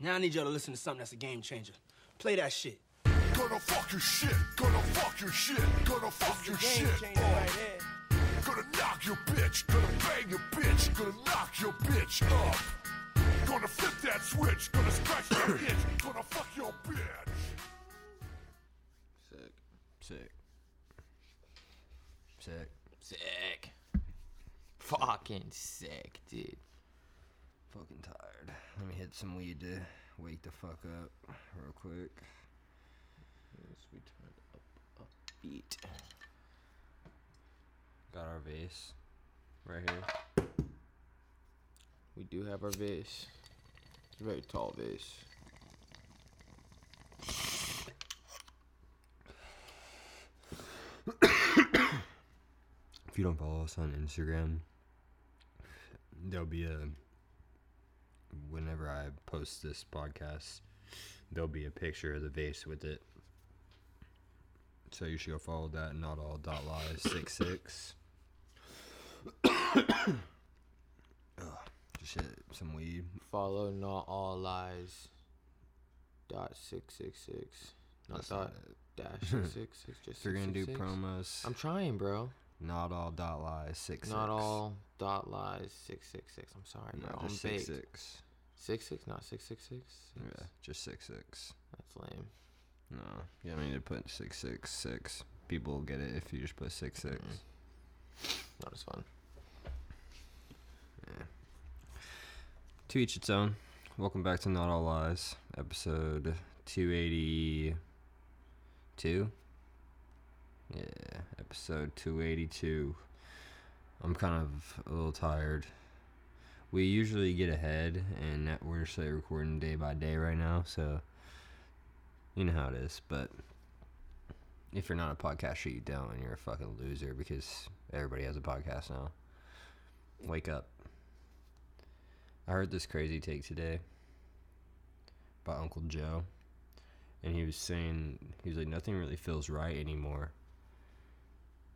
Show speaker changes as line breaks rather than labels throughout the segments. Now I need y'all to listen to something that's a game changer. Play that shit.
Gonna fuck your shit, gonna fuck your shit, gonna fuck your
Game
shit.
changer
uh.
right there.
Gonna knock your bitch, gonna bang your bitch, gonna knock your bitch up. Gonna flip that switch, gonna scratch that itch, gonna fuck your bitch.
Sick.
Sick. Sick.
Sick. Fucking sick, dude.
Fucking tired. Let me hit some weed to wake the fuck up real quick.
Yes, we turned up a beat.
Got our vase right here.
We do have our vase. It's a very tall vase.
If you don't follow us on Instagram, there'll be a. Whenever I post this podcast, there'll be a picture of the vase with it. So you should go follow that. Not all dot lies six six. Just hit some weed.
Follow not all lies. Dot six six six. Not
That's
dot
not it.
dash six six six. Just
If you're gonna do
666.
promos,
I'm trying, bro.
not all dot lies six.
Not
six.
all dot lies six six six. I'm sorry,
No,
bro. I'm
just
baked.
six six.
Six six, not six six six.
Yeah, just six six.
That's lame.
No, yeah, I mean to put six six six. People will get it if you just put six six.
Not as fun.
To each its own. Welcome back to Not All Lies, episode two eighty two. Yeah, episode two eighty two. I'm kind of a little tired. We usually get ahead, and that- we're just like recording day by day right now, so you know how it is. But if you're not a podcaster, you don't, and you're a fucking loser because everybody has a podcast now. Wake up. I heard this crazy take today by Uncle Joe, and he was saying he was like nothing really feels right anymore.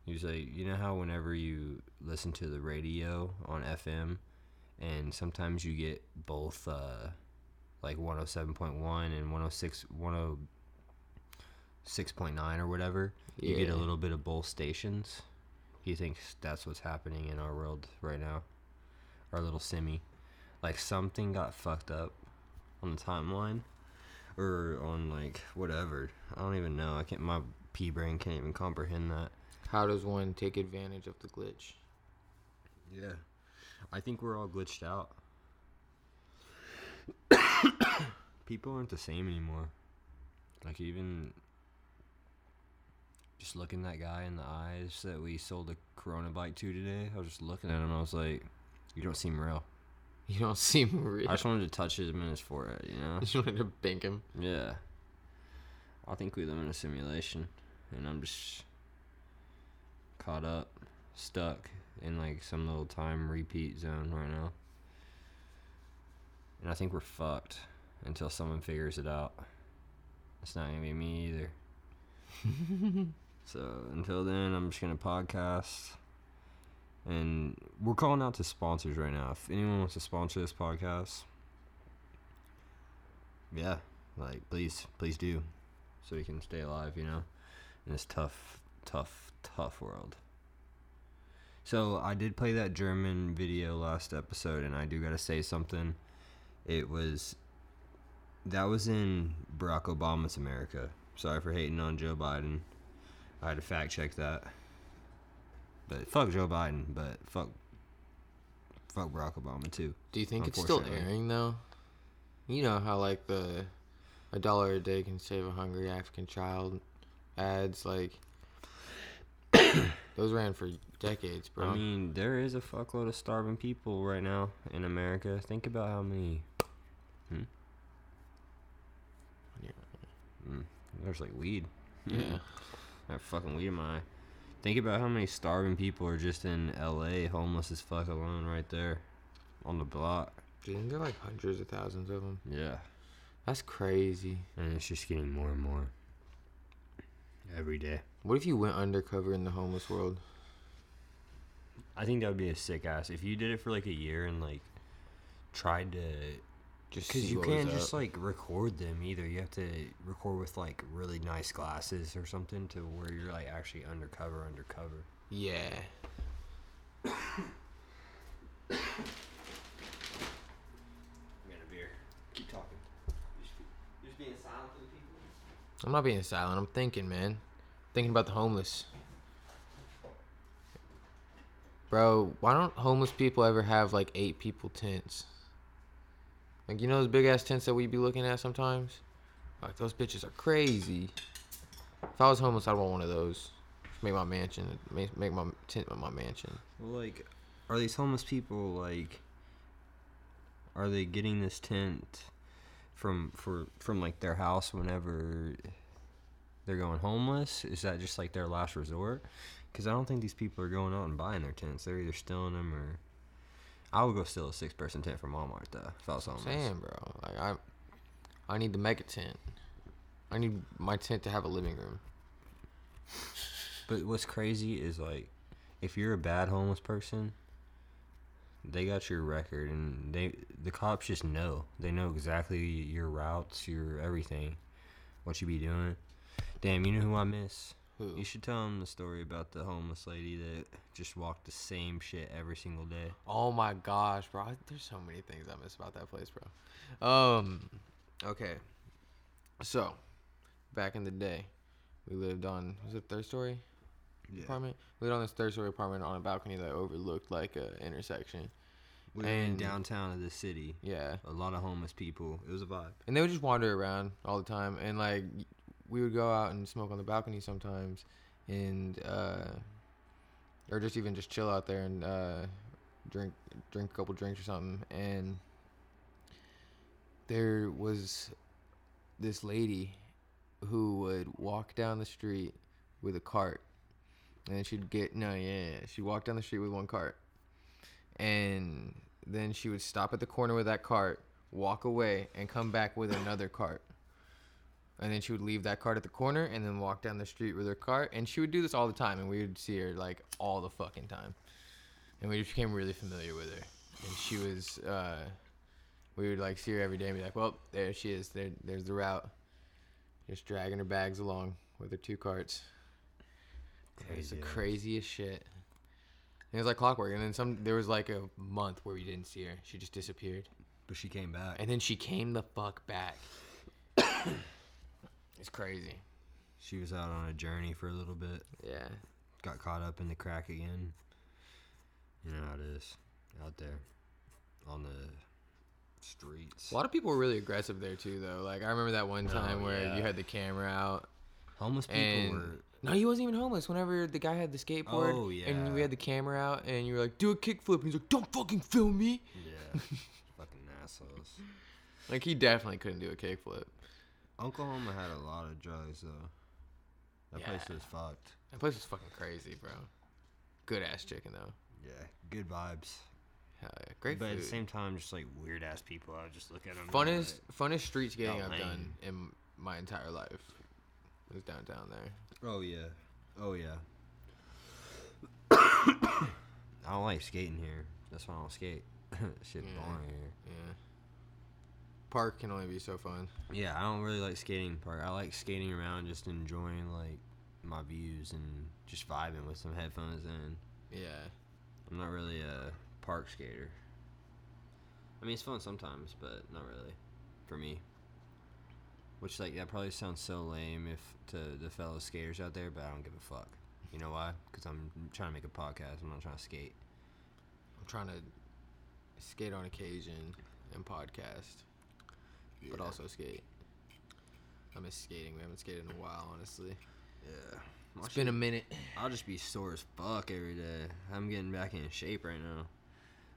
He was like, you know how whenever you listen to the radio on FM, and sometimes you get both uh, like 107.1 and 106 106.9 or whatever. You get
Yeah.
a little bit of both stations. He thinks that's what's happening in our world right now. Our little semi like something got fucked up on the timeline or on like whatever. I don't even know. I can't. My pea brain can't even comprehend that.
How does one take advantage of the glitch?
Yeah, I think we're all glitched out. People aren't the same anymore. Like even just looking that guy in the eyes that we sold a Corona bike to today. I was just looking at him. I was like, "You don't seem real."
You don't seem real.
I just wanted to touch him in his forehead. You know.
you wanted to bank him.
Yeah. I think we live in a simulation, and I'm just caught up, stuck in like some little time repeat zone right now. And I think we're fucked until someone figures it out. It's not gonna be me either. so until then, I'm just gonna podcast. And we're calling out to sponsors right now. If anyone wants to sponsor this podcast, yeah, like please, please do, so we can stay alive, you know, in this tough, tough, tough world. So I did play that German video last episode, and I do gotta say something. It was that was in Barack Obama's America. Sorry for hating on Joe Biden. I had to fact check that. But fuck Joe Biden, but fuck fuck Barack Obama too.
Do you think it's still
Unfortunately.
airing though? You know how like the a dollar a day can save a hungry African child ads like those ran for decades, bro.
I mean, there is a fuckload of starving people right now in America. Think about how many. Hmm?
Yeah.
Mm, there's like weed.
yeah.
I have fucking weed in my eye. Think about how many starving people are just in LA, homeless as fuck alone, right there on the block.
Do you think there are like hundreds of thousands of them?
Yeah.
That's crazy.
And it's just getting more and more every day.
What if you went undercover in the homeless world?
I think that would be a sick ass if you did it for like a year and like tried to
Just
Because
see
you
what was
can't just
E up.
like record them either. You have to record with like really nice glasses or something to where you're like actually undercover, undercover.
Yeah.
I'm gonna beer. Keep talking.
I'm not being silent. I'm thinking, man. Thinking about the homeless. Bro, why don't homeless people ever have like eight people tents? Like you know those big ass tents that we be looking at sometimes? Like those bitches are crazy. If I was homeless, I'd want one of those. Make my mansion, make, make my tent my mansion.
Well, like, are these homeless people like? Are they getting this tent from for from like their house whenever they're going homeless? Is that just like their last resort? Because I don't think these people are going out and buying their tents. They're either stealing them or. I would go steal a six-person tent from Walmart though if I was homeless.
Damn, bro. Like I, I need the mega tent. I need my tent to have a living room.
But what's crazy is like, if you're a bad homeless person, they got your record, and they the cops just know. They know exactly your routes, your everything, what you be doing. Damn, you know who I miss?
Who?
You should tell them the story about the homeless lady that just walked the same shit every single day.
Oh my gosh, bro. I- There's so many things I miss about that place, bro. Um okay. So, back in the day, we lived on was it third story apartment? We lived on this third story apartment on a balcony that overlooked like a intersection.
We were in
And-
downtown of the city.
Yeah.
A lot of homeless people. It was a vibe.
And they would just wander around all the time and like we would go out and smoke on the balcony sometimes and uh or just even just chill out there and uh drink drink a couple drinks or something and there was this lady who would walk down the street with a cart and then she'd get no yeah, yeah. she'd walk down the street with one cart and then she would stop at the corner with that cart walk away and come back with another cart and then she would leave that cart at the corner and then walk down the street with her cart and she would do this all the time and we would see her like all the fucking time and we just became really familiar with her and she was uh we would like see her every day and be like well there she is there there's the route just dragging her bags along with her two carts it's the
Crazy ass.
craziest shit and it was like clockwork and then some there was like a month where we didn't see her she just disappeared
But she came back.
and then she came the fuck back. it's crazy.
She was out on a journey for a little bit.
Yeah.
got caught up in the crack again. You know how it is out there on the streets.
A lot of people were really aggressive there too, though. Like I remember that one time where
Oh, yeah.
you had the camera out
Homeless people
and
were.
no, he wasn't even homeless. Whenever the guy had the skateboard
Oh,
and we
yeah.
had the camera out, and you were like, "Do a kickflip," and he's like, "Don't fucking film me."
Yeah. fucking assholes.
Like he definitely couldn't do a kickflip.
Oklahoma had a lot of drugs, though. That place
Yeah.
was fucked.
That place was fucking crazy, bro. Good ass chicken though.
Yeah. Good vibes.
Hell yeah. Uh, Great
But at
food.
the same time, just like weird ass people. I would just look at them.
funnest funnest street skating
Oh,
I've
man.
done in my entire life was downtown there.
Oh, yeah. Oh, yeah. I don't like skating here. That's why I don't skate. Shit's
Yeah.
boring here.
Yeah. Park can only be so fun.
Yeah, I don't really like skating part. I like skating around, just enjoying like my views and just vibing with some headphones in.
Yeah.
I'm not really a park skater. I mean, it's fun sometimes, but not really for me. Which like that probably sounds so lame if to the fellow skaters out there, but I don't give a fuck. You know why? Because I'm trying to make a podcast. I'm not trying to skate.
I'm trying to skate on occasion and podcast, but also skate. I miss skating. We haven't skated in a while, honestly.
Yeah.
It's been a minute.
I'll just be sore as fuck every day. I'm getting back in shape right now,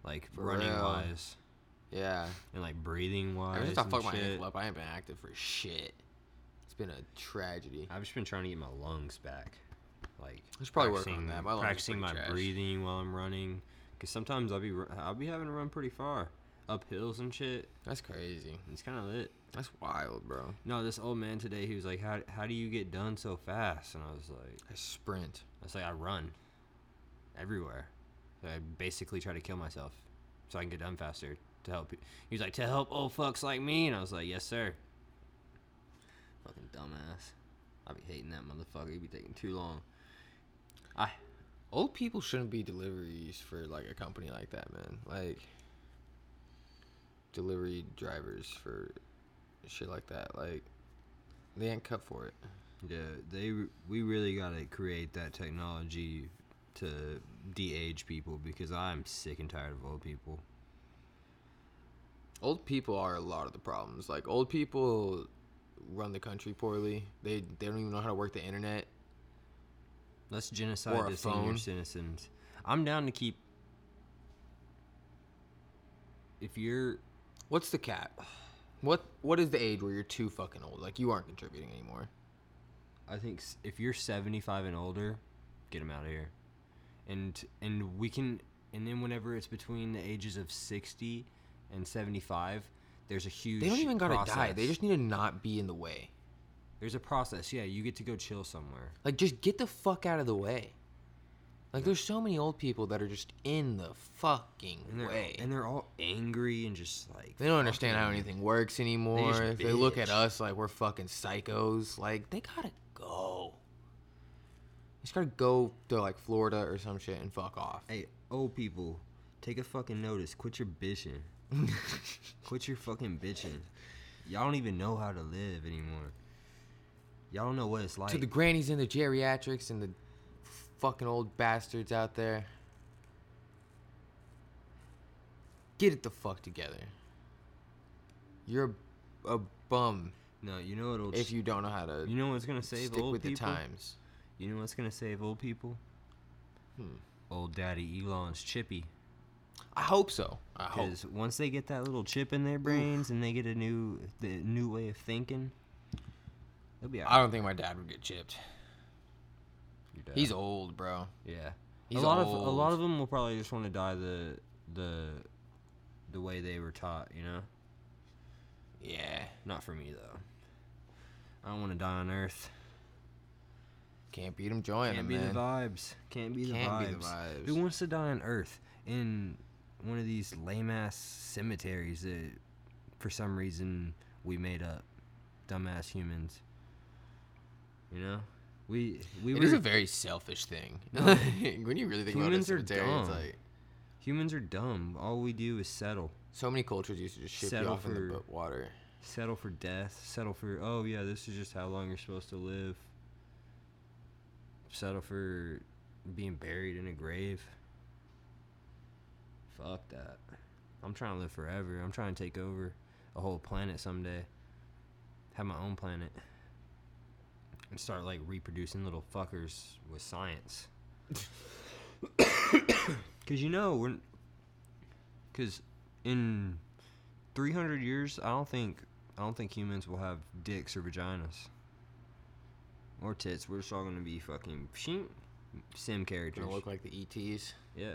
like running
real.
wise
Yeah.
and like breathing wise.
Ever since I
and
fucked my
shit.
ankle up, I ain't been active for shit. It's been a tragedy.
I've just been trying to get my lungs back. Like
I should probably work on
practicing-
that. My lungs are
practicing
pretty
my
trash.
breathing while I'm running, because sometimes I'll be ru- I'll be having to run pretty far up hills and shit.
That's crazy.
It's kind of lit.
That's wild, bro.
No, this old man today, he was like, "How how do you get done so fast?" And I was like,
I sprint.
I was like, "I run everywhere. So I basically try to kill myself so I can get done faster." to help. you." He was like, to help old fucks like me, and I was like, yes, sir. Fucking dumbass. I be hating that motherfucker. He be taking too long. I
Old people shouldn't be deliveries for like a company like that, man. Like delivery drivers for shit like that. Like they ain't cut for it.
yeah, they we really gotta create that technology to de-age people because I'm sick and tired of old people.
Old people are a lot of the problems. Like old people run the country poorly. They they don't even know how to work the internet.
Let's genocide
Or a
the senior
phone.
citizens. I'm down to keep. If you're
What's the cap? What what is the age where you're too fucking old? Like you aren't contributing anymore.
I think s- if you're 75 and older, get them out of here. And and we can and then whenever it's between the ages of 60 and 75, there's a huge
They don't even gotta die. They
process.
just need to not be in the way.
There's a process. Yeah, you get to go chill somewhere.
Like, just get the fuck out of the way. Like, there's so many old people that are just in the fucking
And they're
way.
and they're all angry and just like
they don't understand how anything works anymore.
just
if they look at
bitch.
us like we're fucking psychos, like, they gotta go. They just gotta go to, like, Florida or some shit and fuck off.
Hey, old people, take a fucking notice. Quit your bitching. Quit your fucking bitching. Y'all don't even know how to live anymore. Y'all don't know what it's like.
to the grannies and the geriatrics and the fucking old bastards out there. Get it the fuck together. You're a bum
no, you know what'll.
if you don't know how to
you know what's gonna save
stick
old
with
people.
the times.
You know what's gonna save old people?
Hmm.
Old Daddy Elon's chippy.
I hope so. I hope.
Because once they get that little chip in their brains and they get a new the new way of thinking, they'll be
I
alright.
don't think my dad would get chipped. He's old, bro.
Yeah.
He's
a lot of a
old.
lot of them will probably just want to die the the the way they were taught, you know?
Yeah.
Not for me though. I don't want to die on earth.
Can't beat him, join
Can't
him,
be
man.
the vibes. Can't be the
Can't
vibes.
be the
Who
vibes.
wants to die on earth in one of these lame ass cemeteries that for some reason we made up dumbass humans. You know? We we
It
were
is a very selfish thing. when you really think about it,
Humans are
cemetery, it's
dumb.
like
humans are dumb. All we do is settle.
so many cultures used to just ship you
Settle
off in the
for-
bu- water.
settle for death settle for oh yeah this is just how long you're supposed to live settle for being buried in a grave fuck that i'm trying to live forever i'm trying to take over a whole planet someday have my own planet and start like reproducing little fuckers with science because you know we're because in 300 years i don't think i don't think humans will have dicks or vaginas or tits we're just all gonna be fucking shing, sim characters
Gonna look like the E ETs.
yeah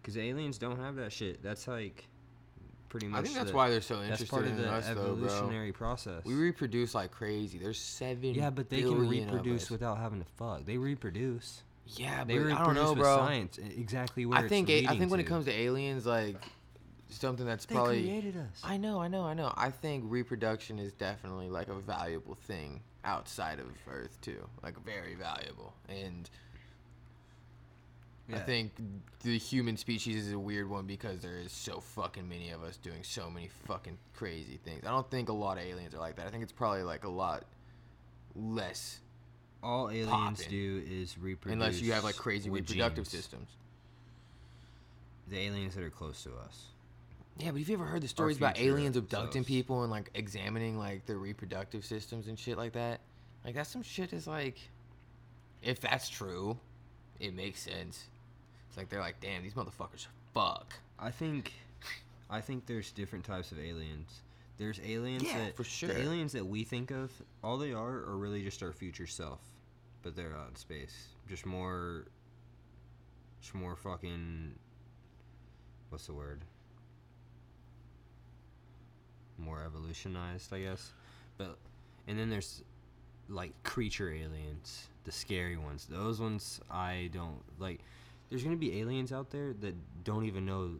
because aliens don't have that shit that's like pretty much
I think that's
the-
why they're so
that's
interested
part of
in
the
us, though, bro.
evolutionary process
We reproduce like crazy. There's seven.
yeah but they can
billion of
reproduce
us.
without having to fuck they reproduce
Yeah, but
they reproduce
I don't know,
with
bro.
science e- exactly where
I think
it's
a- I
leading
think when it
to.
comes to aliens, like something that's
they
probably.
created us
I know, I know, I know. I think reproduction is definitely like a valuable thing outside of Earth too, like very valuable. And I
Yeah.
think the human species is a weird one because there is so fucking many of us doing so many fucking crazy things. I don't think a lot of aliens are like that. I think it's probably like a lot less
all aliens
poppin'.
do is reproduce
unless you have like crazy
with
reproductive
genes.
systems.
the aliens that are close to us
Yeah, but have you ever heard the stories about
future
aliens abducting
selves.
people and like examining like their reproductive systems and shit like that? Like that's some shit is like if that's true, it makes sense. It's like they're like, damn, these motherfuckers fuck.
I think, I think there's different types of aliens. There's aliens
Yeah,
that
for sure.
the aliens that we think of, all they are are really just our future self, but they're out in space. Just more, just more fucking. What's the word? More evolutionized, I guess. But and then there's like creature aliens, the scary ones. Those ones I don't like. There's gonna be aliens out there that don't even know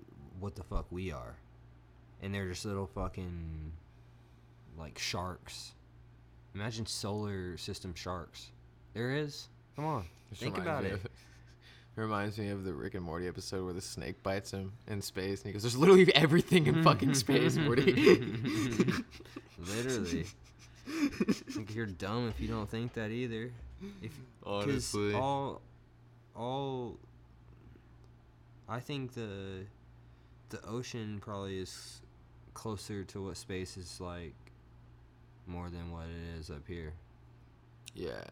what the fuck we are. and they're just little fucking like sharks. Imagine solar system sharks. There is. Come on,
This
think
reminds
about
me
it.
of- reminds me of the Rick and Morty episode where the snake bites him in space, and he goes, "There's literally everything in fucking space, Morty."
Literally. I think you're dumb if you don't think that either. If 'cause
Honestly.
all, all. I think the, the ocean probably is closer to what space is like, more than what it is up here.
yeah,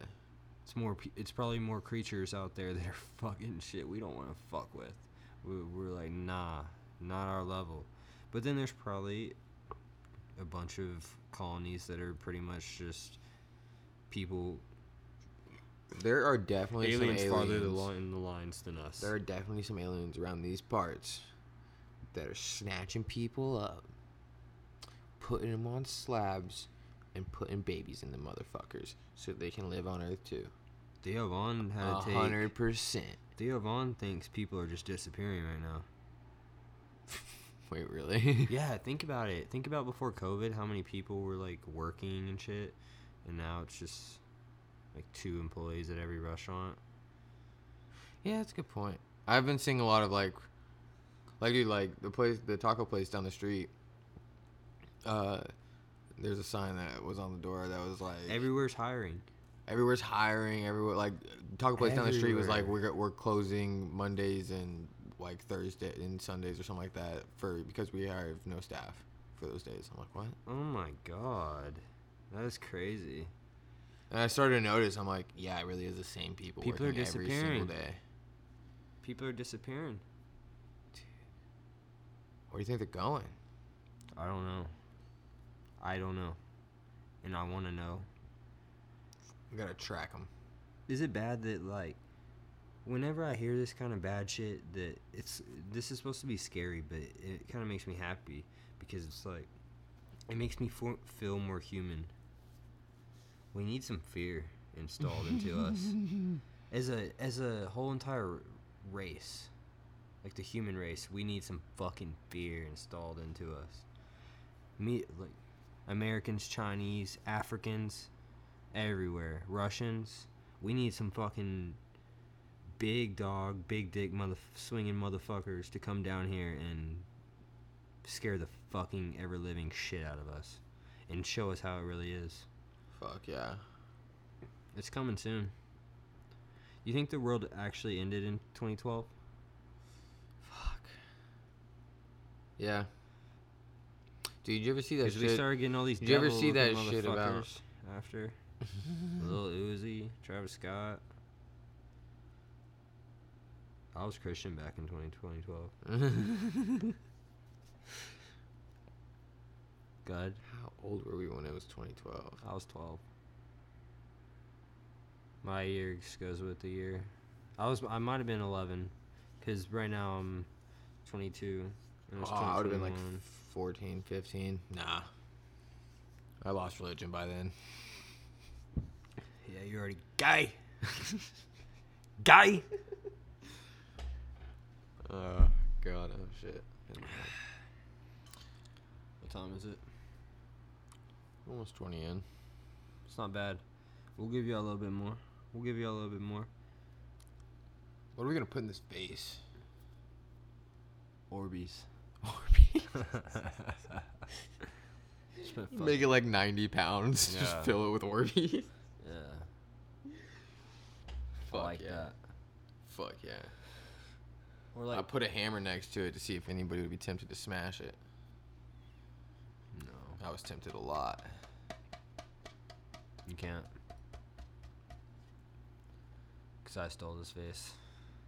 It's more. pe- It's probably more creatures out there that are fucking shit we don't want to fuck with. We, we're like, nah, not our level. But then there's probably a bunch of colonies that are pretty much just people
there are definitely
aliens,
some
farther
aliens.
the line, in the lines than us.
There are definitely some aliens around these parts that are snatching people up, putting them on slabs, and putting babies in the motherfuckers so they can live on Earth too.
Theo Vaughn
A
had a take.
hundred percent.
Theo Vaughn thinks people are just disappearing right now.
Wait, really?
Yeah, think about it. Think about before COVID, how many people were like working and shit, and now it's just like two employees at every restaurant.
Yeah, that's a good point. I've been seeing a lot of like, like dude, like the place, the taco place down the street. Uh, there's a sign that was on the door that was like
Everywhere's hiring.
everywhere's hiring. Everywhere like taco place down the street was like
Everywhere.
we're we're closing Mondays and like Thursday and Sundays or something like that for because we have no staff for those days. I'm like what?
Oh my god, that is crazy.
And I started to notice. I'm like yeah, it really is the same people.
People are
working every single
disappearing.
day.
People are disappearing.
Where do you think they're going?
I don't know. I don't know, and I want to know.
We gotta track them.
Is it bad that like, whenever I hear this kind of bad shit, that it's this is supposed to be scary, but it kind of makes me happy because it's like, it makes me for- feel more human. We need some fear installed into us as a as a whole entire race. like the human race, we need some fucking fear installed into us. Me, like Americans, Chinese, Africans, everywhere, Russians. We need some fucking big dog, big dick, mother swinging motherfuckers to come down here and scare the fucking ever living shit out of us, and show us how it really is.
Fuck yeah.
It's coming soon. You think the world actually ended in 2012?
Yeah. Dude, you ever see that
Because we
shit?
started getting all these.
Did you ever see
devil-looking
that shit about-
motherfuckers after Lil Uzi, Travis Scott? I was Christian back in 20 2012. God,
How old were we when it was 2012?
I was 12. My year just goes with the year. I was I might have been 11, because right now I'm 22. And it's
Oh, I would have been like
2021.
14, 15. Nah. I lost religion by then.
Yeah, you're already gay. gay. Uh,
Oh, God. Oh, shit.
What time is it?
Almost 20 in.
It's not bad. We'll give you a little bit more. We'll give you a little bit more.
What are we going to put in this vase?
Orbeez. Spent fuck-
Make it like 90 pounds. Just
Yeah.
fill it with Orbeez.
yeah. I
Fuck
like
yeah.
that.
Fuck yeah.
Or
I
like
put a hammer next to it to see if anybody would be tempted to smash it.
no,
I was tempted a lot.
you can't. Cause I stole this vase.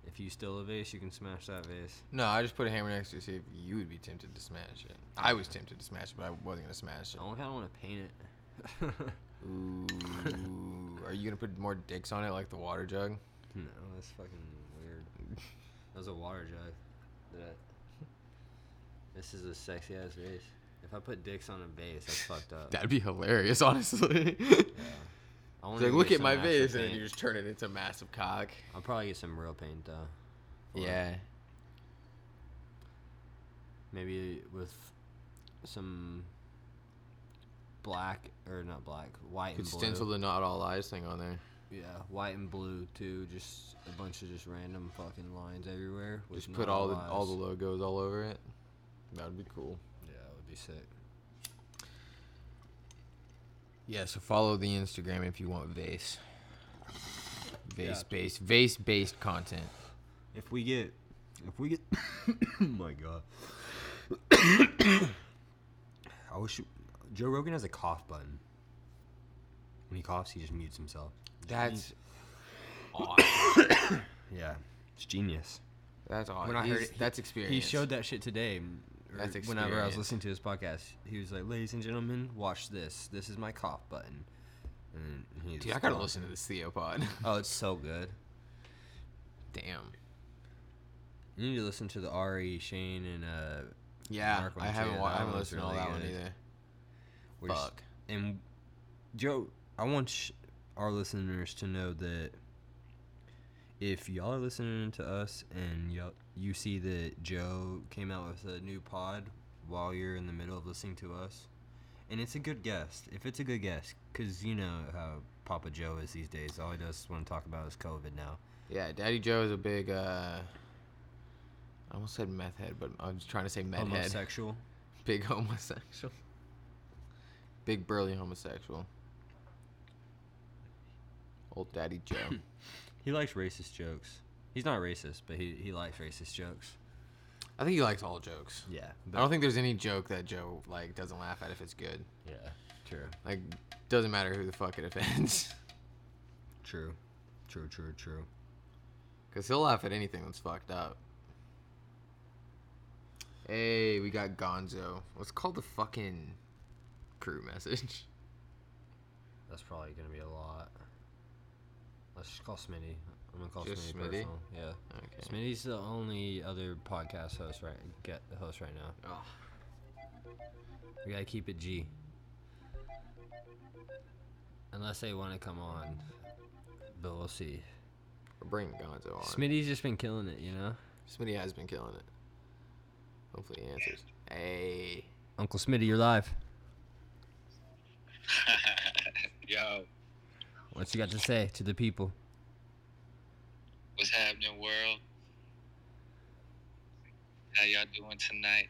If you steal a vase, you can smash that vase.
No, I just put a hammer next to it to see if you would be tempted to smash it. I was tempted to smash it, but I wasn't gonna smash it.
I kind of want to paint it.
Ooh, are you gonna put more dicks on it like the water jug?
no, that's fucking weird. That was a water jug. That. This is a sexy ass vase. If I put dicks on a vase, that's fucked up.
That'd be hilarious, honestly.
I wanna
like,
get
look at
some
my
actual
vase, and then
paint.
you just turn it into a massive cock.
I'll probably get some real paint though.
Yeah.
Maybe with some black or not black, white
Could
and blue.
stencil the not all eyes thing on there.
yeah, white and blue too. Just a bunch of just random fucking lines everywhere. with
Just put
not
all the all
eyes.
the logos all over it. That'd be cool.
Yeah, that would be sick.
Yeah, so follow the Instagram if you want vase. Vase
Yeah.
based vase based content.
If we get, if we get, oh my god. I wish Joe Rogan has a cough button. When he coughs, he just mutes himself.
That's awesome.
Yeah, it's genius.
That's awesome.
When I heard
He's-
it, he-
that's experience.
He showed that shit today. m- or
That's
Whenever I was
experience.
listening to his podcast, he was like, "Ladies and gentlemen, watch this. This is my cough button." And he's
Dude, I gotta
gone.
listen to this Theopod.
Oh, it's so good.
Damn.
You need to listen to the Ari Shane and uh,
Yeah,
Mark
I
went
haven't.
too.
Wa- I
That
haven't
one's
listened to all
really
that one
good.
either.
We're just-
Fuck.
and Joe, I want sh- our listeners to know that if y'all are listening to us and y'all, you see that Joe came out with a new pod while you're in the middle of listening to us, and it's a good guest, if it's a good guest, because you know how Papa Joe is these days. All he does want to talk about is COVID now.
Yeah, Daddy Joe is a big. uh I almost said meth head, but I was trying to say meth head.
Homosexual.
Big homosexual. Big burly homosexual. Old Daddy Joe.
He likes racist jokes. He's not racist, but he, he likes racist jokes.
I think he likes all jokes.
Yeah.
I don't think there's any joke that Joe like doesn't laugh at if it's good.
yeah. True.
Like, doesn't matter who the fuck it offends,
True. True, true, true.
because he'll laugh at anything that's fucked up. Hey, we got Gonzo. Let's call the fucking crew message.
That's probably gonna be a lot. Let's just call Smitty. I'm gonna call
Just
Smitty,
Smitty?
personal. Yeah.
Okay.
Smitty's the only other podcast host right get the host right now.
Oh,
We gotta keep it G. Unless they wanna come on. But we'll see.
we're bringing Gonzo on.
Smitty's just been killing it, you know?
Smitty has been killing it. Hopefully he answers. Hey.
Uncle Smitty, you're live.
Yo,
What you got to say to the people?
what's happening, world? How y'all doing tonight?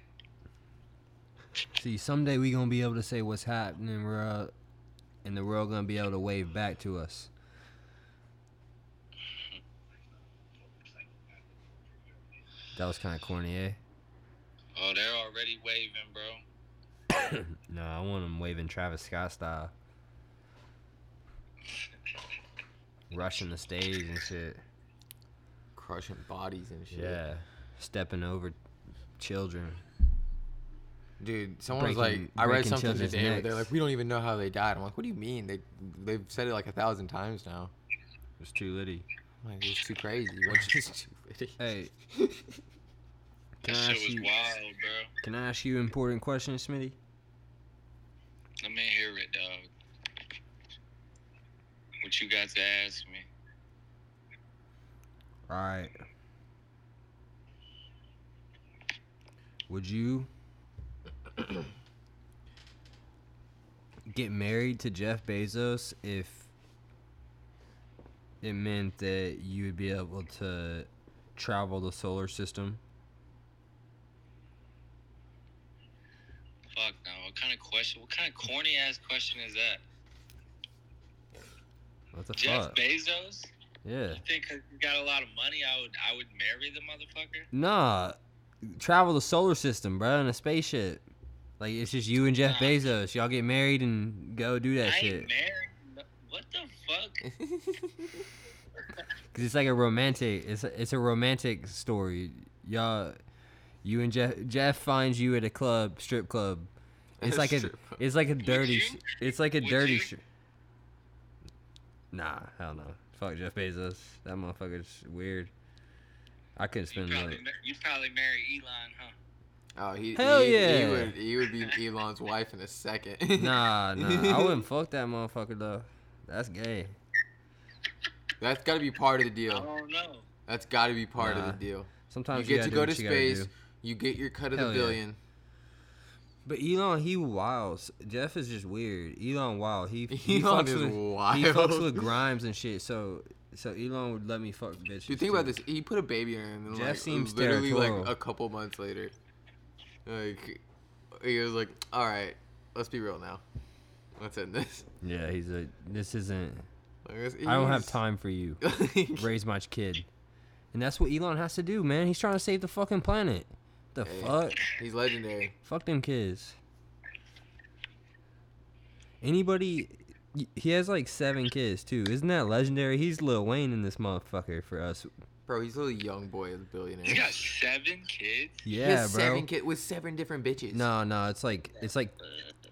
See, someday we gonna be able to say what's happening, world, and the world gonna be able to wave back to us. That was kind of corny, eh?
Oh, they're already waving, bro.
No, I want them waving Travis Scott style, rushing the stage and shit.
Crushing bodies and shit.
Yeah, stepping over children.
Dude, someone was like,
Breaking-
I read
breaking
something
children's
today where they're
necks.
like, we don't even know how they died. I'm like, what do you mean? They they've said it like a thousand times now.
It's too litty.
I'm like, it's too crazy. Which is too witty.
Hey, can
That
I
shit
ask
was
you?
wild, bro.
Can I ask you important questions, Smitty?
Let me hear it, dog. What you got to ask me?
All right. Would you get married to Jeff Bezos if it meant that you would be able to travel the solar system?
Fuck no. What kind of question? What kind of corny ass question is that?
What the
Jeff
fuck?
Bezos?
yeah.
You think 'cause he got a lot of money? I would, I would marry the motherfucker.
Nah. Travel the solar system, bro, in a spaceship. Like it's just you and Jeff
Nah.
Bezos. Y'all get married and go do that
I ain't
shit.
married. no- What the fuck?
Cause it's like a romantic. It's a, it's a romantic story. Y'all, you and Jeff. Jeff finds you at a club, strip club. It's like a,
Strip club.
it's like a dirty.
you-
Sh- it's like a
would
dirty.
you?
Sh- nah, hell no. Fuck Jeff Bezos. That motherfucker's weird. I couldn't
You
spend
probably,
money.
ma- you probably marry Elon, huh?
Oh, he,
Hell
he, he
yeah.
would he would be Elon's wife in a second.
Nah, nah. I wouldn't fuck that motherfucker though. That's gay.
That's got to be part of the
Oh.
I
deal.
don't know.
That's got to be part of
Nah.
the deal.
Sometimes
you get
gotta
to
do
go
what
to
you gotta do.
space. You get your cut of
Hell
the
yeah.
billion.
But Elon, he wilds. Jeff is just weird. Elon wild. He he
Elon
fucks
is
with, He
wild.
fucks with Grimes and shit. So so Elon would let me fuck bitches.
Dude, think about
too.
this. He put a baby in, and then,
Jeff
like,
seems
literally like
territorial.
a couple months later, like he was like, "All right, let's be real now. Let's end this."
Yeah, he's a. This isn't.
Like, it's-
I don't have
he's-
time for you.
like,
Raise my kid. And that's what Elon has to do, man. He's trying to save the fucking planet. The
Hey.
fuck.
he's legendary.
Fuck them kids. Anybody. He has like seven kids too. Isn't that legendary? He's Lil Wayne in this motherfucker for us.
Bro, he's a little young boy, a billionaire.
He got seven kids.
Yeah,
He has
bro.
seven kids with seven different bitches.
No, no, it's like it's like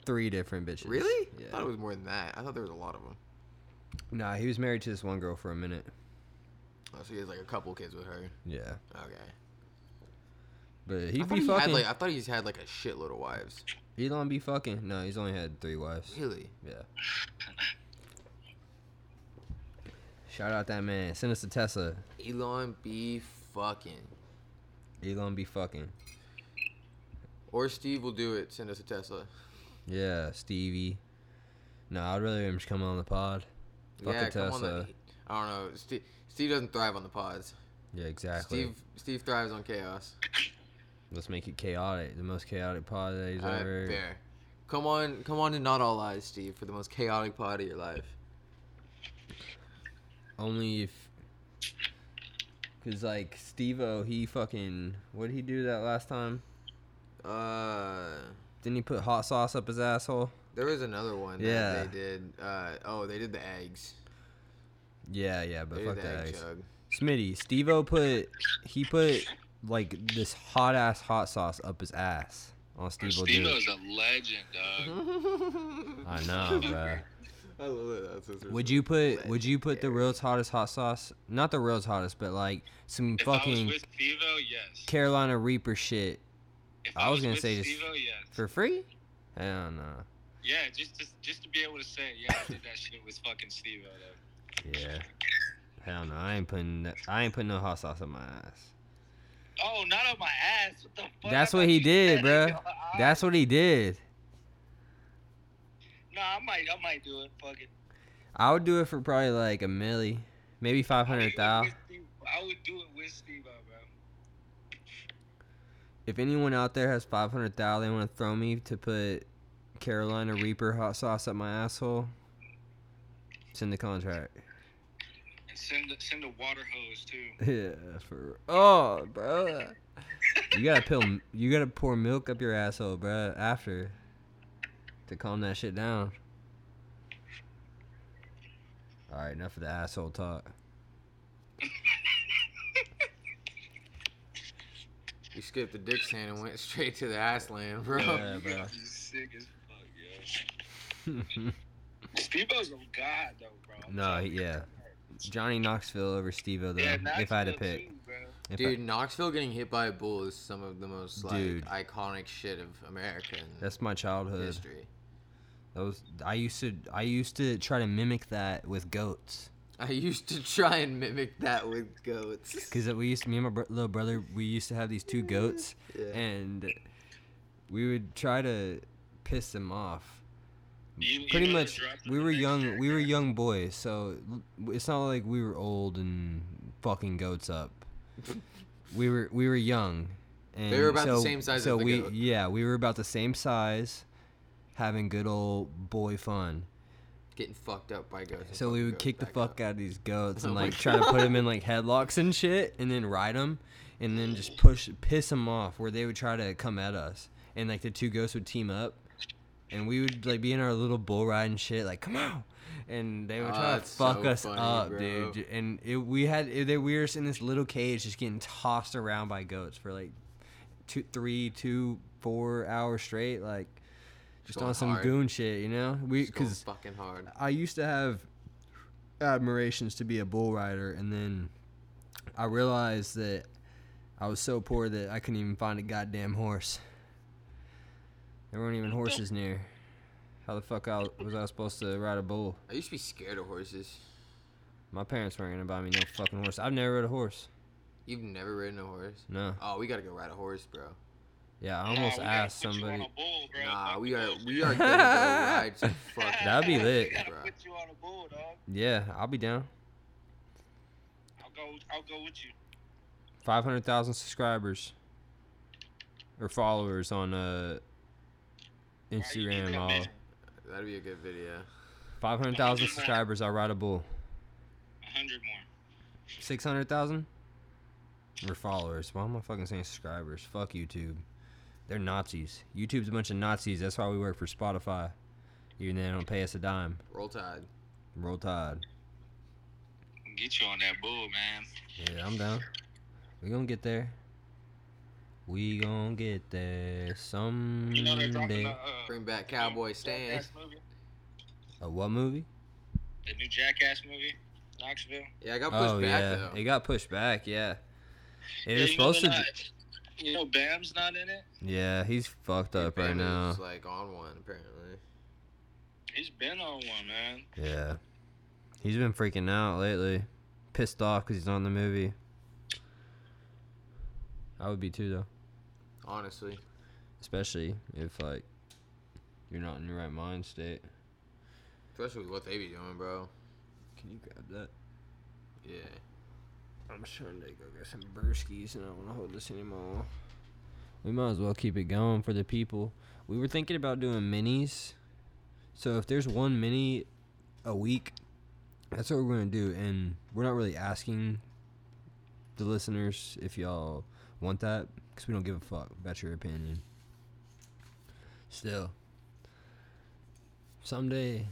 three different bitches.
Really? I
Yeah.
thought it was more than that. I thought there was a lot of them.
Nah, he was married to this one girl for a minute.
Oh, so he has like a couple kids with her.
Yeah,
Okay.
but
I
he'd
thought
be
he had
fucking.
like I thought he's had like a shitload of wives.
Elon be fucking. No, he's only had three wives.
Really?
Yeah. Shout out that man. Send us a Tesla.
Elon be fucking.
Elon be fucking.
Or Steve will do it. Send us a Tesla.
Yeah, Stevie. No, I'd rather him just come on the pod. Fuck a Tesla.
the, I don't know. Steve, Steve doesn't thrive on the pods.
yeah, exactly.
Steve Steve thrives on chaos.
Let's make it chaotic. The most chaotic pod that he's
All right,
ever.
fair. Come on, come on to not all lies, Steve, for the most chaotic pod of your life.
Only if. Cause like Steve O, he fucking what did he do that last time?
Uh,
Didn't he put hot sauce up his asshole?
there was another one.
Yeah.
That they did. Uh, oh, they did the eggs.
Yeah, yeah, but
They
fuck
did the
that.
egg
ice.
jug.
Smitty, Steve O put he put like this hot ass hot sauce up his ass on Steve O.
Steve is a legend, dog.
I know, bro.
I love that. That's his
Would you put Would you put the world's hottest hot sauce? Not the world's hottest, but like some
If I
fucking
was with Steve yes.
Carolina Reaper shit
If
I was gonna
with
say just-
Steve-O, yes.
for free? Hell no.
Yeah, just to, just to be able to say, yeah, I did that shit with fucking Steve O though.
Yeah. Hell no. I ain't putting that, I ain't putting no hot sauce up my ass.
Oh, not on my ass. What the fuck?
That's
I
what
thought
he
you
did,
said
bro.
it. I-
That's what he did.
Nah, I might, I might do it. Fuck it.
I would do it for probably like a milli, maybe five
I
hundred thousand.
would do it with Steve O, bro.
if anyone out there has 500 thou they want to throw me to put carolina reaper hot sauce up my asshole send the contract
And send the- send a water hose too.
yeah for oh bro you gotta pill you gotta pour milk up your asshole bro after to calm that shit down all right enough of the asshole talk
You skipped the dick sand and went straight to the ass land, bro.
Yeah.
You
bro.
guys is sick as fuck, yo. Steve O's a god though, bro. I'm
no
telling you.
yeah johnny knoxville over steve-o though
Yeah,
if i had to
Knoxville
pick
too, bro.
If I-
Dude, Knoxville getting hit by a bull is some of the most like
Dude.
iconic shit of American
that's my childhood
history.
That was I used to I used to try to mimic that with goats
I used to try and mimic that with goats.
because we used to, me and my br- little brother we used to have these two goats
Yeah.
and we would try to piss them off.
You- you
Pretty
never
much
dropped it
we
the
were
next
young
year.
we were young boys so l- it's not like we were old and fucking goats up. we were we were young. And
were about the
so-
same size
So
as the
we
goat.
yeah we were about the same size, having good old boy fun.
Getting fucked up by goats. and
So we
fucking
would
goats
kick the
back
fuck
up.
out of these goats and
Oh my
like try to put them in like headlocks and shit, and then ride them, and then just push piss them off where they would try to come at us, and like the two goats would team up, and we would like be in our little bull ride and shit like come on, and they would
Ah,
try to
it's
fuck
so
us
funny,
up,
bro.
dude. J- And it, we had it, they, we were in this little cage just getting tossed around by goats for like two, three, two, four hours straight, like just
going
on some
hard.
goon shit, you know? We
Just going
because.
fucking hard.
I used to have admirations to be a bull rider, and then I realized that I was so poor that I couldn't even find a goddamn horse. There weren't even horses near. How the fuck I was I supposed to ride a bull?
I used to be scared of horses.
My parents weren't gonna buy me no fucking horse. I've never rode a horse.
You've never ridden a horse?
No.
Oh, we gotta go ride a horse, bro.
Yeah, I
Nah,
almost
we gotta
asked
put you on
somebody.
a bull, bro.
Nah,
Fuck
we
the
are
bulls.
we are gonna go ride some fucking.
That'd be lit.
We gotta
Bruh.
put you on a bull, dog.
Yeah, I'll be down.
I'll go. I'll go with you.
Five hundred thousand subscribers or followers on uh
Alright, you keep
Instagram.
that
I'll,
bitch.
That'd be a good video.
five hundred thousand subscribers. I'll ride a bull.
A hundred more.
Six hundred thousand or followers. Why am I fucking saying subscribers? Fuck YouTube. They're Nazis. YouTube's a bunch of Nazis. That's why we work for Spotify. Even though they don't pay us a dime.
Roll Tide.
Roll Tide.
Get you on that bull, man.
Yeah, I'm down. We gonna get there. We gonna get there someday.
You know they're dropping the, uh,
Bring back Cowboy Stan.
Jackass movie?
A what movie?
The new Jackass movie, Knoxville.
Yeah, I got pushed
Oh
back
yeah,
though.
it got pushed back. Yeah, it
Yeah,
was
you know
supposed to.
they're
be-
Not, you know, Bam's not in it.
Yeah, he's fucked up right
Bam
now.
is, like on one apparently.
He's been on one, man.
Yeah, he's been freaking out lately. Pissed off because he's on the movie. I would be too though,
Honestly,
especially if like you're not in your right mind state.
especially with what they be doing, bro.
Can you grab that?
Yeah.
I'm trying to go get some burskies and I don't want to hold this anymore. We might as well keep it going for the people. We were thinking about doing minis. So if there's one mini a week, that's what we're going to do. And we're not really asking the listeners if y'all want that because we don't give a fuck about your opinion. Still, someday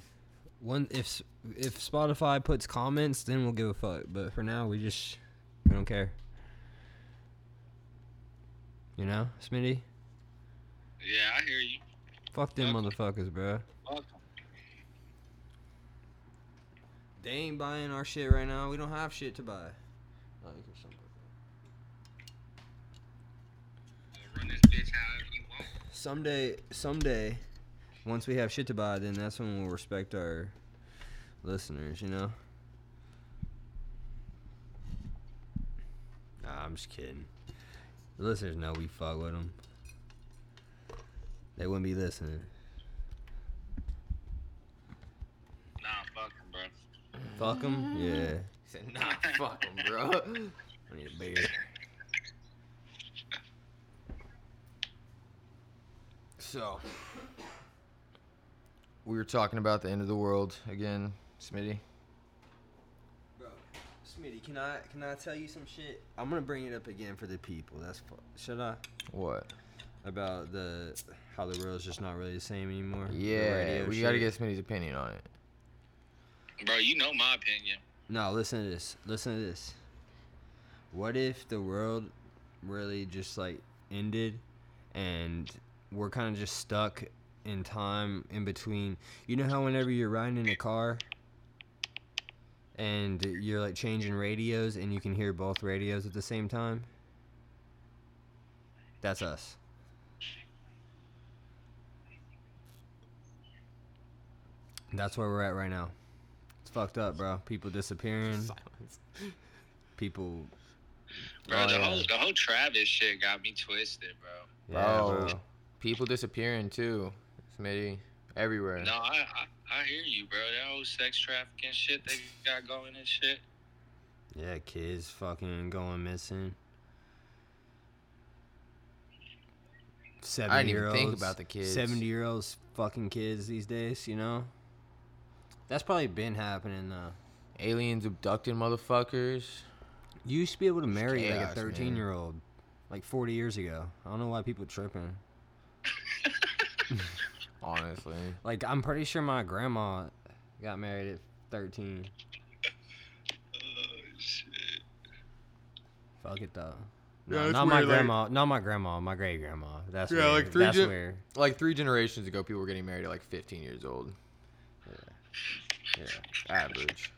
one if s- if Spotify puts comments, then we'll give a fuck. But for now, we just we don't care. You know, Smitty,
Yeah, I hear you.
fuck them motherfuckers, bro.
Welcome.
They ain't buying our shit right now. We don't have shit to buy. Oh, you can stop it.
Run this bitch however you want.
Someday, someday, once we have shit to buy, then that's when we'll respect our listeners. You know. Nah, I'm just kidding. The listeners know we fuck with them. They wouldn't be listening.
Nah, fuck him, bro.
Fuck them? Yeah.
He said, Nah, fuck 'em, bro.
I need a beer.
So we were talking about the end of the world again, Smitty.
Bro, Smitty, can I can I tell you some shit? I'm gonna bring it up again for the people. That's fu- should I
What?
about the how the world's just not really the same anymore. The
Yeah,
radio
we gotta
shit.
get Smitty's opinion on it.
Bro, you know my opinion.
No, listen to this. Listen to this. What if the world really just like ended and we're kind of just stuck in time in between? You know how whenever you're riding in a car and you're like changing radios and you can hear both radios at the same time? That's us. That's where we're at right now. It's fucked up, bro. People disappearing. People.
Bro,
Oh,
the
yeah.
whole the whole Travis shit got me twisted, bro.
Yeah,
Bro.
bro.
People disappearing too, Smitty. Everywhere.
No, I, I I hear you, bro. That whole sex trafficking shit they got going and shit.
Yeah, kids fucking going missing. Seven
even think about the kids.
Seventy year olds fucking kids these days, you know? That's probably been happening though.
Aliens abducting motherfuckers.
You used to be able to marry like
chaos,
a
man.
thirteen year old, like forty years ago. I don't know why people tripping.
Honestly.
Like I'm pretty sure my grandma got married at thirteen.
Oh shit.
Fuck it though.
Yeah,
No,
it's
not my
weird, like-
grandma. not my grandma. My great grandma. That's
Yeah, like
weird.
three
That's
gen-
weird.
Like three generations ago, people were getting married at like 15 years old.
Yeah.
Average.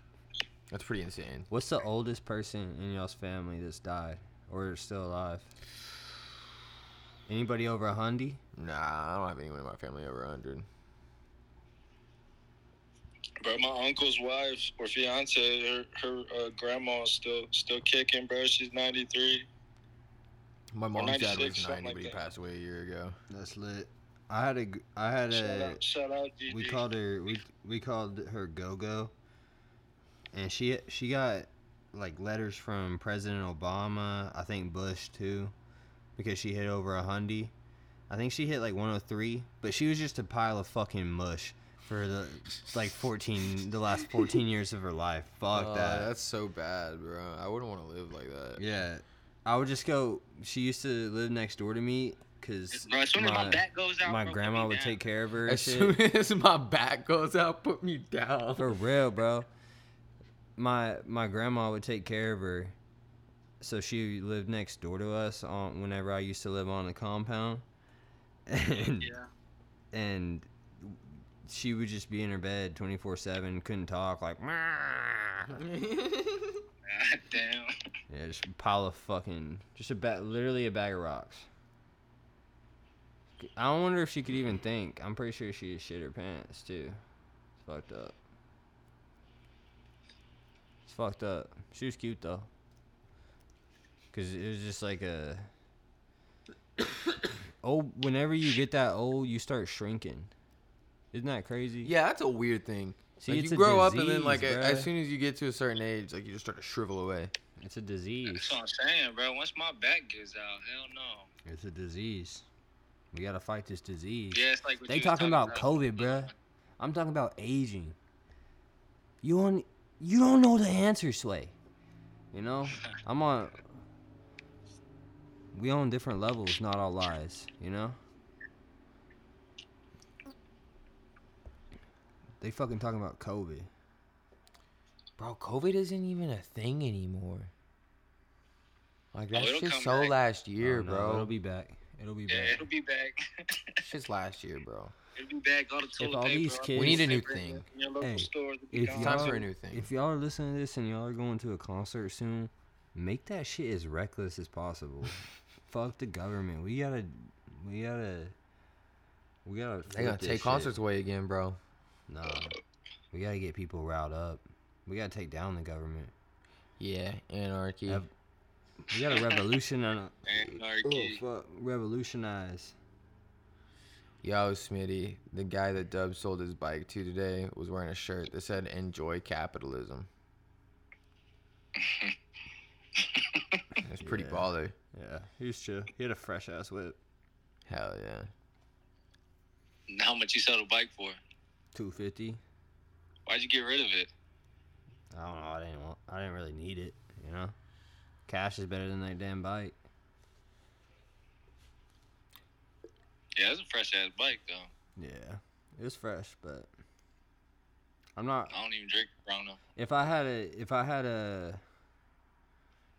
That's pretty insane.
What's the oldest person in y'all's family that's died or is still alive? Anybody over a hundy?
Nah, I don't have anyone in my family over 100.
Bro, my uncle's wife or fiance, her her uh, grandma's still still kicking, bro. She's ninety three.
My mom's dad was
96,
90,
something like
but he
that.
passed away a year ago.
That's lit. I had a g- I had
Shout
a
out, shout out, GG.
we called her we we called her Go Go, and she she got like letters from President Obama, I think Bush too, because she hit over a hundy. I think she hit like 103, but she was just a pile of fucking mush for the like 14 the last 14 years of her life. Fuck
Uh,
that.
That's so bad, bro. I wouldn't want to live like that.
Yeah, I would just go. She used to live next door to me because
Bro, as soon as my,
my,
back goes out,
my
bro, put
grandma
me
would
down.
take care of her. and
As
shit.
soon as my back goes out, put me down.
For real, bro. My my grandma would take care of her. So she lived next door to us on whenever I used to live on the compound. And
Yeah.
and she would just be in her bed 24/7, couldn't talk like
God damn.
yeah, just a pile of fucking just a bag literally a bag of rocks. I wonder if she could even think. I'm pretty sure she shit her pants too. It's fucked up. It's fucked up. She was cute though. Cause it was just like a oh whenever you get that old you start shrinking. Isn't that crazy?
Yeah, that's a weird thing.
See,
like,
it's
you
a
grow up and then
disease,
like a- as
bruh.
soon as you get to a certain age, like you just start to shrivel away.
It's a disease.
That's what I'm saying, bro. Once my back gives out, hell no.
It's a disease. We gotta fight this disease.
Yeah, it's like what
They
you was
talking about COVID,
bro.
bruh. I'm talking about aging. You on? You don't know the answer, Sway. You know, I'm on. We on different levels, not all lies. You know. They fucking talking about COVID.
Bro, COVID isn't even a thing anymore. Like
Oh,
that
it'll
shit's
come
so
back.
last
Oh,
year,
no,
bro.
It'll be back. It'll be
Yeah,
back.
it'll be back.
shit's last year, bro.
it'll be back. Go to toilet
all
paper,
these
all
kids-
We need a new
paper in your-
thing.
in your local
Hey,
store, it'll be
if
gone.
y'all-
Time for a new thing.
If y'all are listening to this and y'all are going to a concert soon, make that shit as reckless as possible. Fuck the government. We gotta, we gotta, we gotta.
They
flip
gotta
this
take
shit.
concerts away again, bro.
No, we gotta get people riled up. We gotta take down the government.
Yeah, anarchy.
Ev- We gotta revolutionize. oh
Anarchy.
fuck, revolutionize.
Yo, Smitty, the guy that Dub sold his bike to today was wearing a shirt that said "Enjoy Capitalism." That's pretty
Yeah.
baller.
Yeah, he was chill. He had a fresh ass whip.
Hell yeah.
How much you sell the bike for?
Two fifty.
Why'd you get rid of it?
I don't know. I didn't want. I didn't really need it. You know, cash is better than that damn bike.
Yeah, that's a fresh ass bike though.
Yeah, it was fresh, but I'm not.
I don't even drink Corona.
If I had a, if I had a,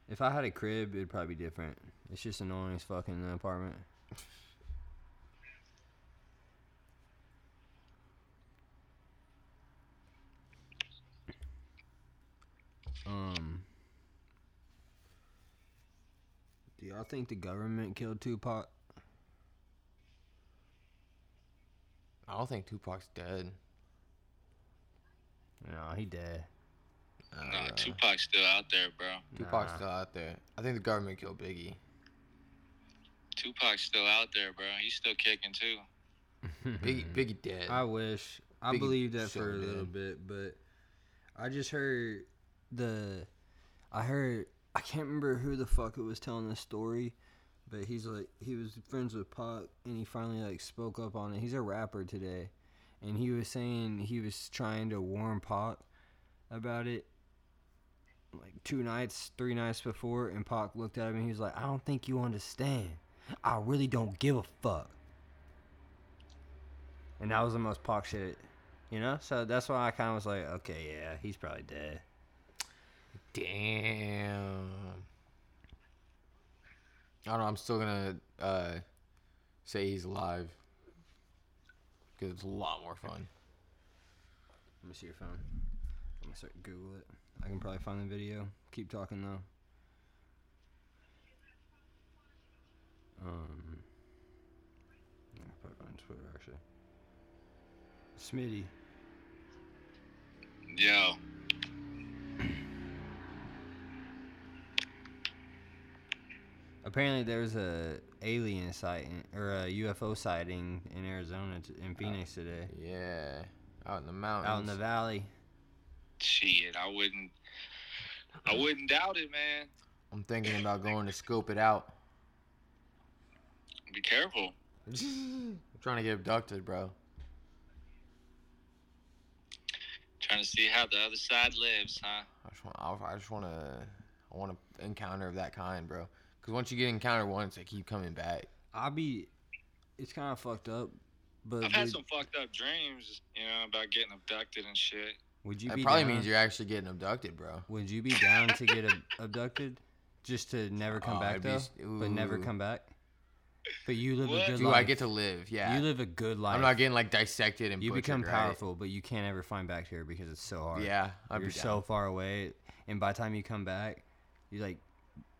if I had a crib, it'd probably be different. It's just annoying as fuck in the apartment. Um. Do y'all think the government killed Tupac?
I don't think Tupac's dead.
No, he dead. Oh,
Nah, Tupac's still out there, bro.
Tupac's
Nah.
still out there. I think the government killed Biggie.
Tupac's still out there, bro. He's still kicking too.
Biggie,
Mm-hmm.
Biggie dead.
I wish. I
Biggie
believed that for a
should've
little bit, but I just heard the. I heard. I can't remember who the fuck it was telling this story, but he's like he was friends with Pac, and he finally like spoke up on it. He's a rapper today, and he was saying he was trying to warn Pac about it. Like two nights, three nights before, and Pac looked at him and he was like, "I don't think you understand. I really don't give a fuck." And that was the most Pac shit, you know? So that's why I kind of was like, okay, yeah, he's probably dead.
Damn. I don't know. I'm still gonna uh, say he's alive because it's a lot more fun.
Let me see your phone. I'm gonna start Google it. I can probably find the video. Keep talking though. Um, I can probably find Twitter actually. Smitty.
Yo.
Apparently, there was a alien sighting or a UFO sighting in Arizona t-
Uh,
in Phoenix today,
Yeah, out in the mountains.
out in the valley.
Shit, I wouldn't. I wouldn't doubt it, man.
I'm thinking about going to scope it out.
Be careful.
I'm trying to get abducted, bro.
Trying to see how the other side lives, huh?
I just want. I just want to. I want to encounter of that kind, bro. Because once you get encountered once, they keep coming back.
I be, it's kind of fucked up, but
I've had
would,
some fucked up dreams, you know, about getting abducted and shit.
would you
That
be
probably
down,
means you're actually getting abducted, bro.
Would you be down to get ab- abducted, just to never come
Oh,
back
I'd be
though,
s-
but never
ooh.
come back? But you live
What?
a good
Do
life.
I get to live? Yeah.
You live a good life.
I'm not getting like dissected and
You
butchered,
become
right?
powerful, but you can't ever find back here because it's so hard.
Yeah, I'd
you're
be
so
so.
far away, and by the time you come back, you like,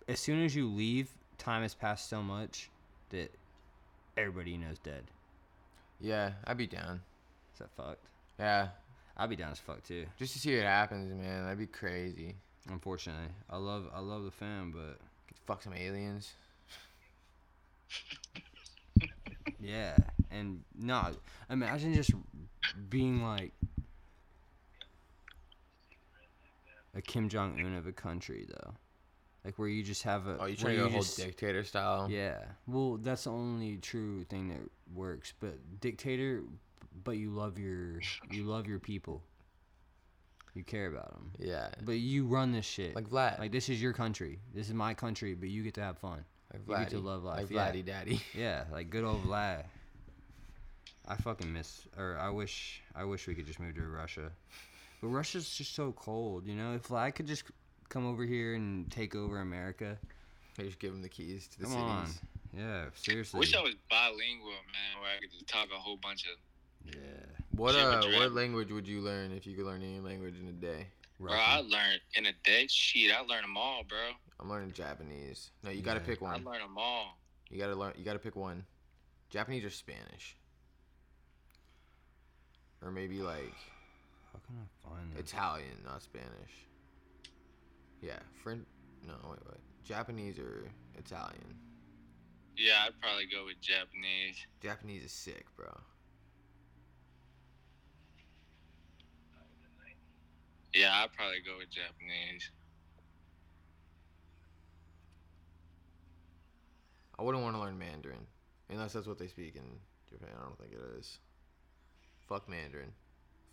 as soon as you leave, time has passed so much that everybody you know is dead.
Yeah, I'd be down.
Is that fucked?
Yeah,
I'd be down as fuck too.
just to see what happens, man. That'd be crazy.
Unfortunately, I love I love the fam, but
Fuck some aliens.
yeah, and no, imagine just being like a Kim Jong Un of a country though, like where you just have a
Oh,
where
you trying to go whole
just-
dictator style?
Yeah. Well, that's the only true thing that works. But dictator, but you love your you love your people. You care about them.
Yeah.
But you run this shit.
Like Vlad.
Like this is your country. This is my country, but you get to have fun.
Like
you get to
Vladdy.
love life,
Like
yeah.
Vladdy Daddy.
Yeah, like good old Vlad. I fucking miss or I wish I wish we could just move to Russia. But Russia's just so cold, you know? If Vlad could just come over here and take over America.
They just give him the keys to the
Come on.
cities.
Yeah,
I
seriously.
wish I was bilingual, man, where I could just talk a whole bunch of.
yeah.
What
Keep it
uh,
drab.
what language would you learn if you could learn any language in a day?
Bro, I learned in a day. Shit, I learned them all, bro.
I'm learning Japanese. No, you gotta
Yeah.
pick
I
one.
learned them all.
You gotta learn. You gotta pick one. Japanese or Spanish. Or maybe like
How can I find it?
Italian, not Spanish. Yeah, French. No, wait, wait. Japanese or Italian.
Yeah, I'd probably go with Japanese.
Japanese is sick, bro.
Yeah, I'd probably go with Japanese.
I wouldn't want to learn Mandarin, unless that's what they speak in Japan. I don't think it is. Fuck Mandarin.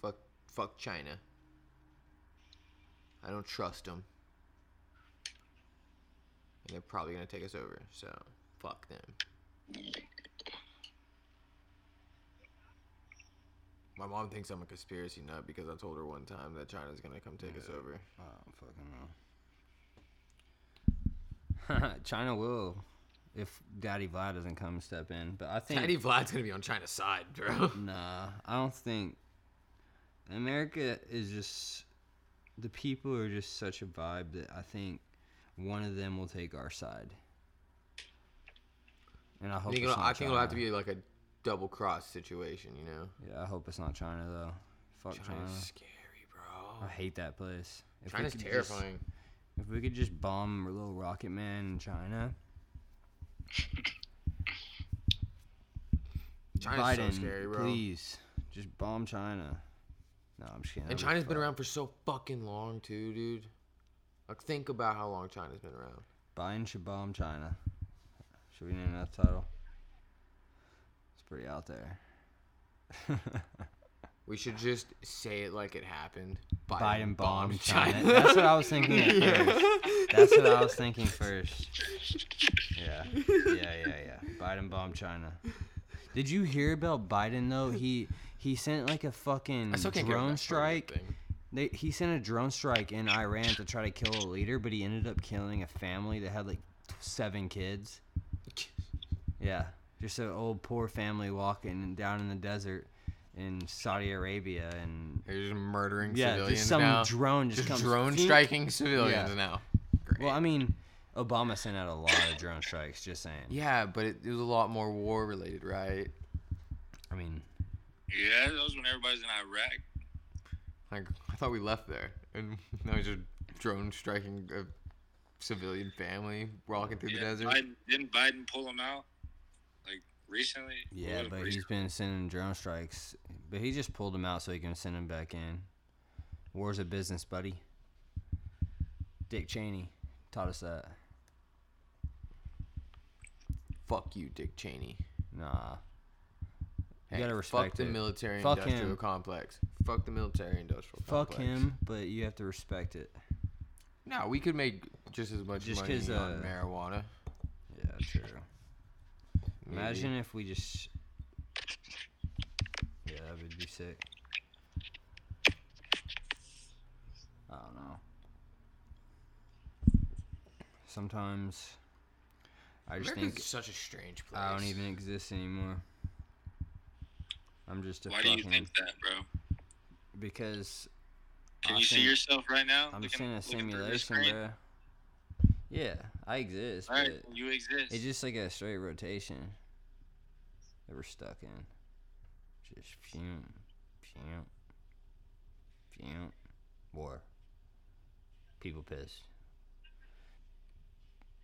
Fuck fuck China. I don't trust them. And they're probably gonna take us over. So fuck them. My mom thinks I'm a conspiracy nut because I told her one time that China's gonna come take us over.
I don't fucking know. China will, if Daddy Vlad doesn't come step in. But I think
Daddy Vlad's gonna be on China's side, bro.
nah, I don't think America is just the people are just such a vibe that I think one of them will take our side. And I
I
hope
think,
it's
it'll,
not
I think it'll have to
China.
be like a double cross situation, you know?
Yeah, I hope it's not China though. Fuck China.
China's scary, bro.
I hate that place. If we
China's
could just-
terrifying.
If we could just bomb little Rocket Man in China,
China's
Biden,
so scary, bro.
please just bomb China. No, I'm just kidding.
And
that'd be
China's been
fuck-
around for so fucking long, too, dude. Like, think about how long China's been around.
Biden should bomb China. Should we name that title? It's pretty out there.
We should just say it like it happened.
Biden bombs China. That's what I was thinking at first. That's what I was thinking first. Yeah. Yeah, yeah, yeah. Biden bombed China. Did you hear about Biden though? He he sent like a fucking
I still can't get over
drone
that fucking
strike.
thing.
They, he sent a drone strike in Iran to try to kill a leader, but he ended up killing a family that had like t- seven kids. Yeah, just an old poor family walking down in the desert in Saudi Arabia, and
They're just murdering
yeah,
civilians
just some
now.
drone just,
Just
comes
drone
think-
striking civilians
Yeah.
now.
Well, I mean, Obama sent out a lot of drone strikes. Just saying.
Yeah, but it, it was a lot more war related, right?
I mean,
Yeah, that was when everybody's in Iraq.
Like, I thought we left there, and now he's just drone striking a civilian family walking through the
Yeah,
desert.
Biden, didn't Biden pull him out like recently?
Yeah,
Wasn't
but
recent-
he's been sending drone strikes. But he just pulled them out so he can send them back in. War's a business, buddy. Dick Cheney taught us that.
Fuck you, Dick Cheney.
Nah.
Hey,
gotta
fuck
respect
the
it.
military
Fuck
industrial
him.
complex. Fuck the military industrial
Fuck
complex.
him, but you have to respect it.
No, we could make just as much
Just
money
'cause, uh,
on marijuana.
Yeah, true.
maybe.
Imagine if we just. Yeah, that would be sick. I don't know. Sometimes I just
America's
think
such a strange place.
I don't even exist anymore. I'm just a
Why do
fucking
you think that, bro?
because
Can
I
you see
think-
yourself right now?
I'm just
looking-
in a
looking through the
simulation,
screen?
bro. Yeah, I exist,
All right,
but
you exist.
It's just like a straight rotation that we're stuck in. Just fume, fume, fume. War. People pissed.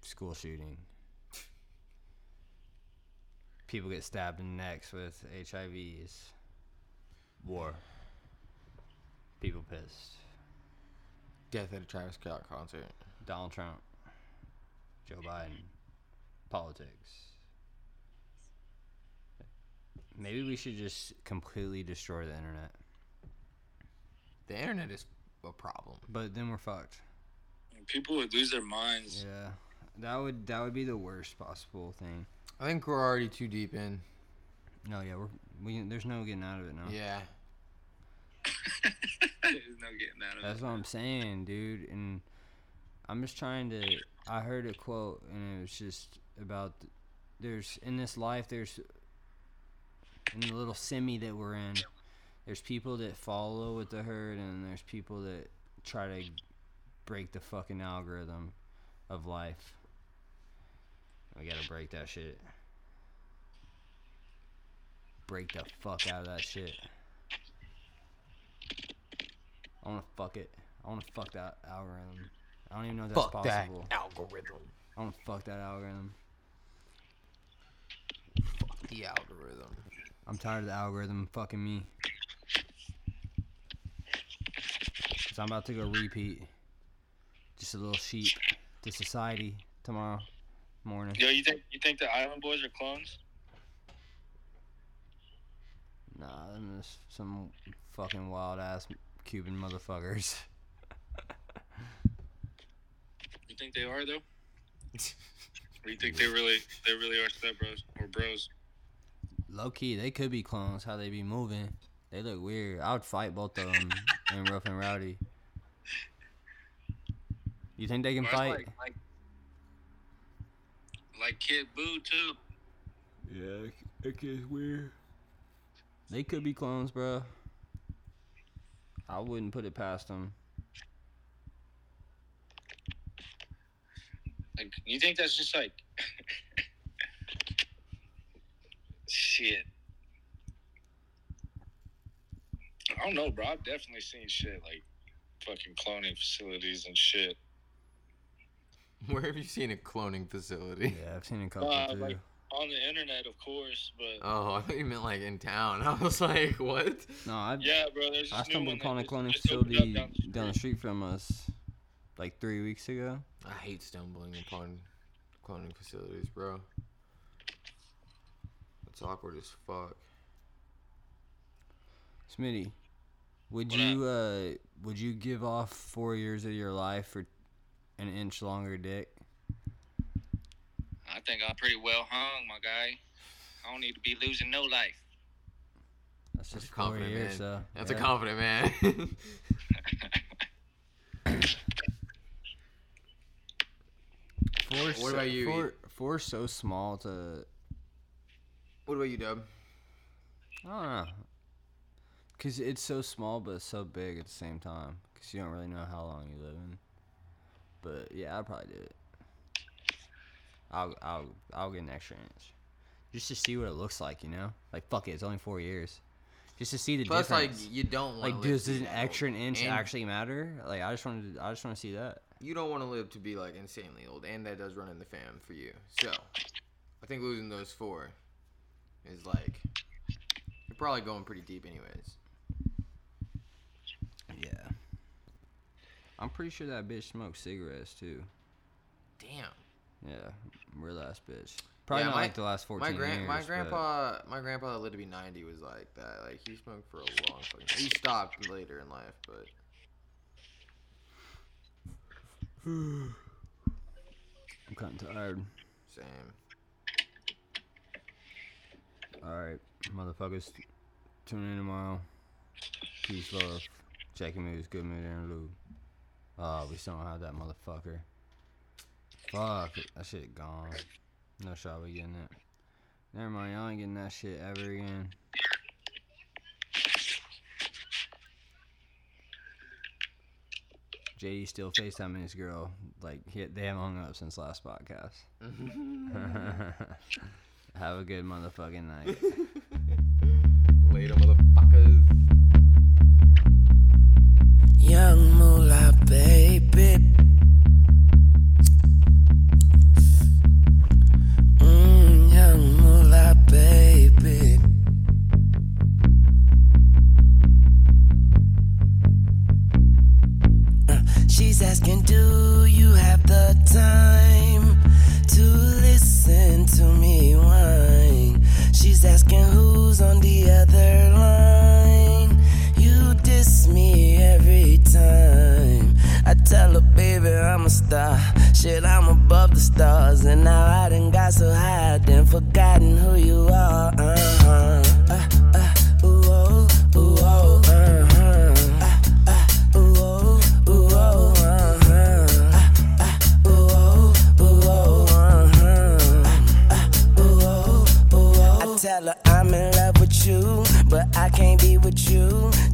School shooting. People get stabbed in the necks with HIVs. War. People pissed.
Death at a Travis Scott concert.
Donald Trump, Joe Biden, politics. Maybe we should just completely destroy the internet.
The internet is a problem.
But then we're fucked.
People would lose their minds.
Yeah. That would that would be the worst possible thing.
I think we're already too deep in.
No, yeah, we're we there's no getting out of it now.
Yeah.
There's no getting out of
That's
it.
what I'm saying, dude. And I'm just trying to. I heard a quote, and it was just about th- there's in this life, there's in the little semi that we're in, there's people that follow with the herd, and there's people that try to break the fucking algorithm of life. We gotta break that shit. Break the fuck out of that shit. I wanna fuck it. I wanna fuck that algorithm. I don't even know if that's
Fuck that
possible.
algorithm.
I wanna fuck that algorithm.
Fuck the algorithm.
I'm tired of the algorithm fucking me. So I'm about to go repeat. Just a little sheep to society tomorrow morning.
Yo, you think you think the Island Boys are clones?
Nah, them is some fucking wild ass Cuban motherfuckers.
You think they are though? or you think they really they really are step bros or bros?
Low key, they could be clones. How they be moving? They look weird. I would fight both of them in Rough and Rowdy. You think they can
Or it's
fight?
Like, like, like Kid Boo too.
Yeah, it gets weird.
They could be clones, bro. I wouldn't put it past them.
Like you think that's just like shit. I don't know, bro. I've definitely seen shit like fucking cloning facilities and shit.
Where have you seen a cloning facility?
Yeah, I've seen a couple
Uh,
too.
like on the internet, of course,
Uh,
but
Oh, I thought you meant like in town. I was like, what?
no, I
yeah, bro. There's this
I
new
stumbled
one
upon a
that
cloning
just- just opened up
facility
down the
down the street from us, like three weeks ago.
I hate stumbling upon cloning facilities, bro. That's awkward as fuck.
Smitty, would
What
you uh would you give off four years of your life for an inch longer dick?
I think I'm pretty well hung, my guy. I don't need to be losing no life.
That's
That's
just
a
four
confident man.
years. So,
That's a
yeah.
confident man.
Four,
What
so-
about you,
Four, four's so small to
what about you, Dub?
I don't know, cause it's so small but so big at the same time. Cause you don't really know how long you live in. But yeah, I'd probably do it. I'll I'll I'll get an extra inch, just to see what it looks like. You know, like fuck it, it's only four years, just to see the
Plus,
difference.
like, you don't want
Like,
to
does an extra inch
and-
actually matter? Like, I just wanted, to, I just want to see that.
you don't want to live to be like insanely old, and that does run in the fam for you. So, I think losing those four is like you're probably going pretty deep, anyways.
Yeah. I'm pretty sure that bitch smoked cigarettes too.
Damn.
Yeah, real ass bitch. Probably not like the last fourteen
my gran-
years.
My
but-
grandpa, my grandpa that lived to be ninety was like that. Like he smoked for a long fucking. He stopped later in life, but
I'm kind of tired.
same.
All right, motherfuckers, tune in tomorrow. Peace, love. Jackie Moves, Good Mood Interlude. Oh, we still don't have that motherfucker. Fuck, that shit gone. No shot we getting it. Never mind, y'all ain't getting that shit ever again. JD still FaceTiming his girl. Like, he, they haven't hung up since last podcast. have a good motherfucking night.
Later, motherfuckers.
Young Moolah, baby. Mm, young Moolah, baby. Uh, She's asking, do you have the time to listen to me whine? She's asking, who's on the other line? You diss me every time. I tell her, baby, I'm a star. Shit, I'm above the stars. And now I done got so high, I done forgotten who you are. Uh-huh. Uh, uh, ooh, oh, ooh, oh, uh-huh. Uh, uh, ooh, oh, ooh, oh, uh-huh. Uh, uh, ooh, oh, ooh, oh, uh-huh. I tell her I'm in love with you, but I can't be with you.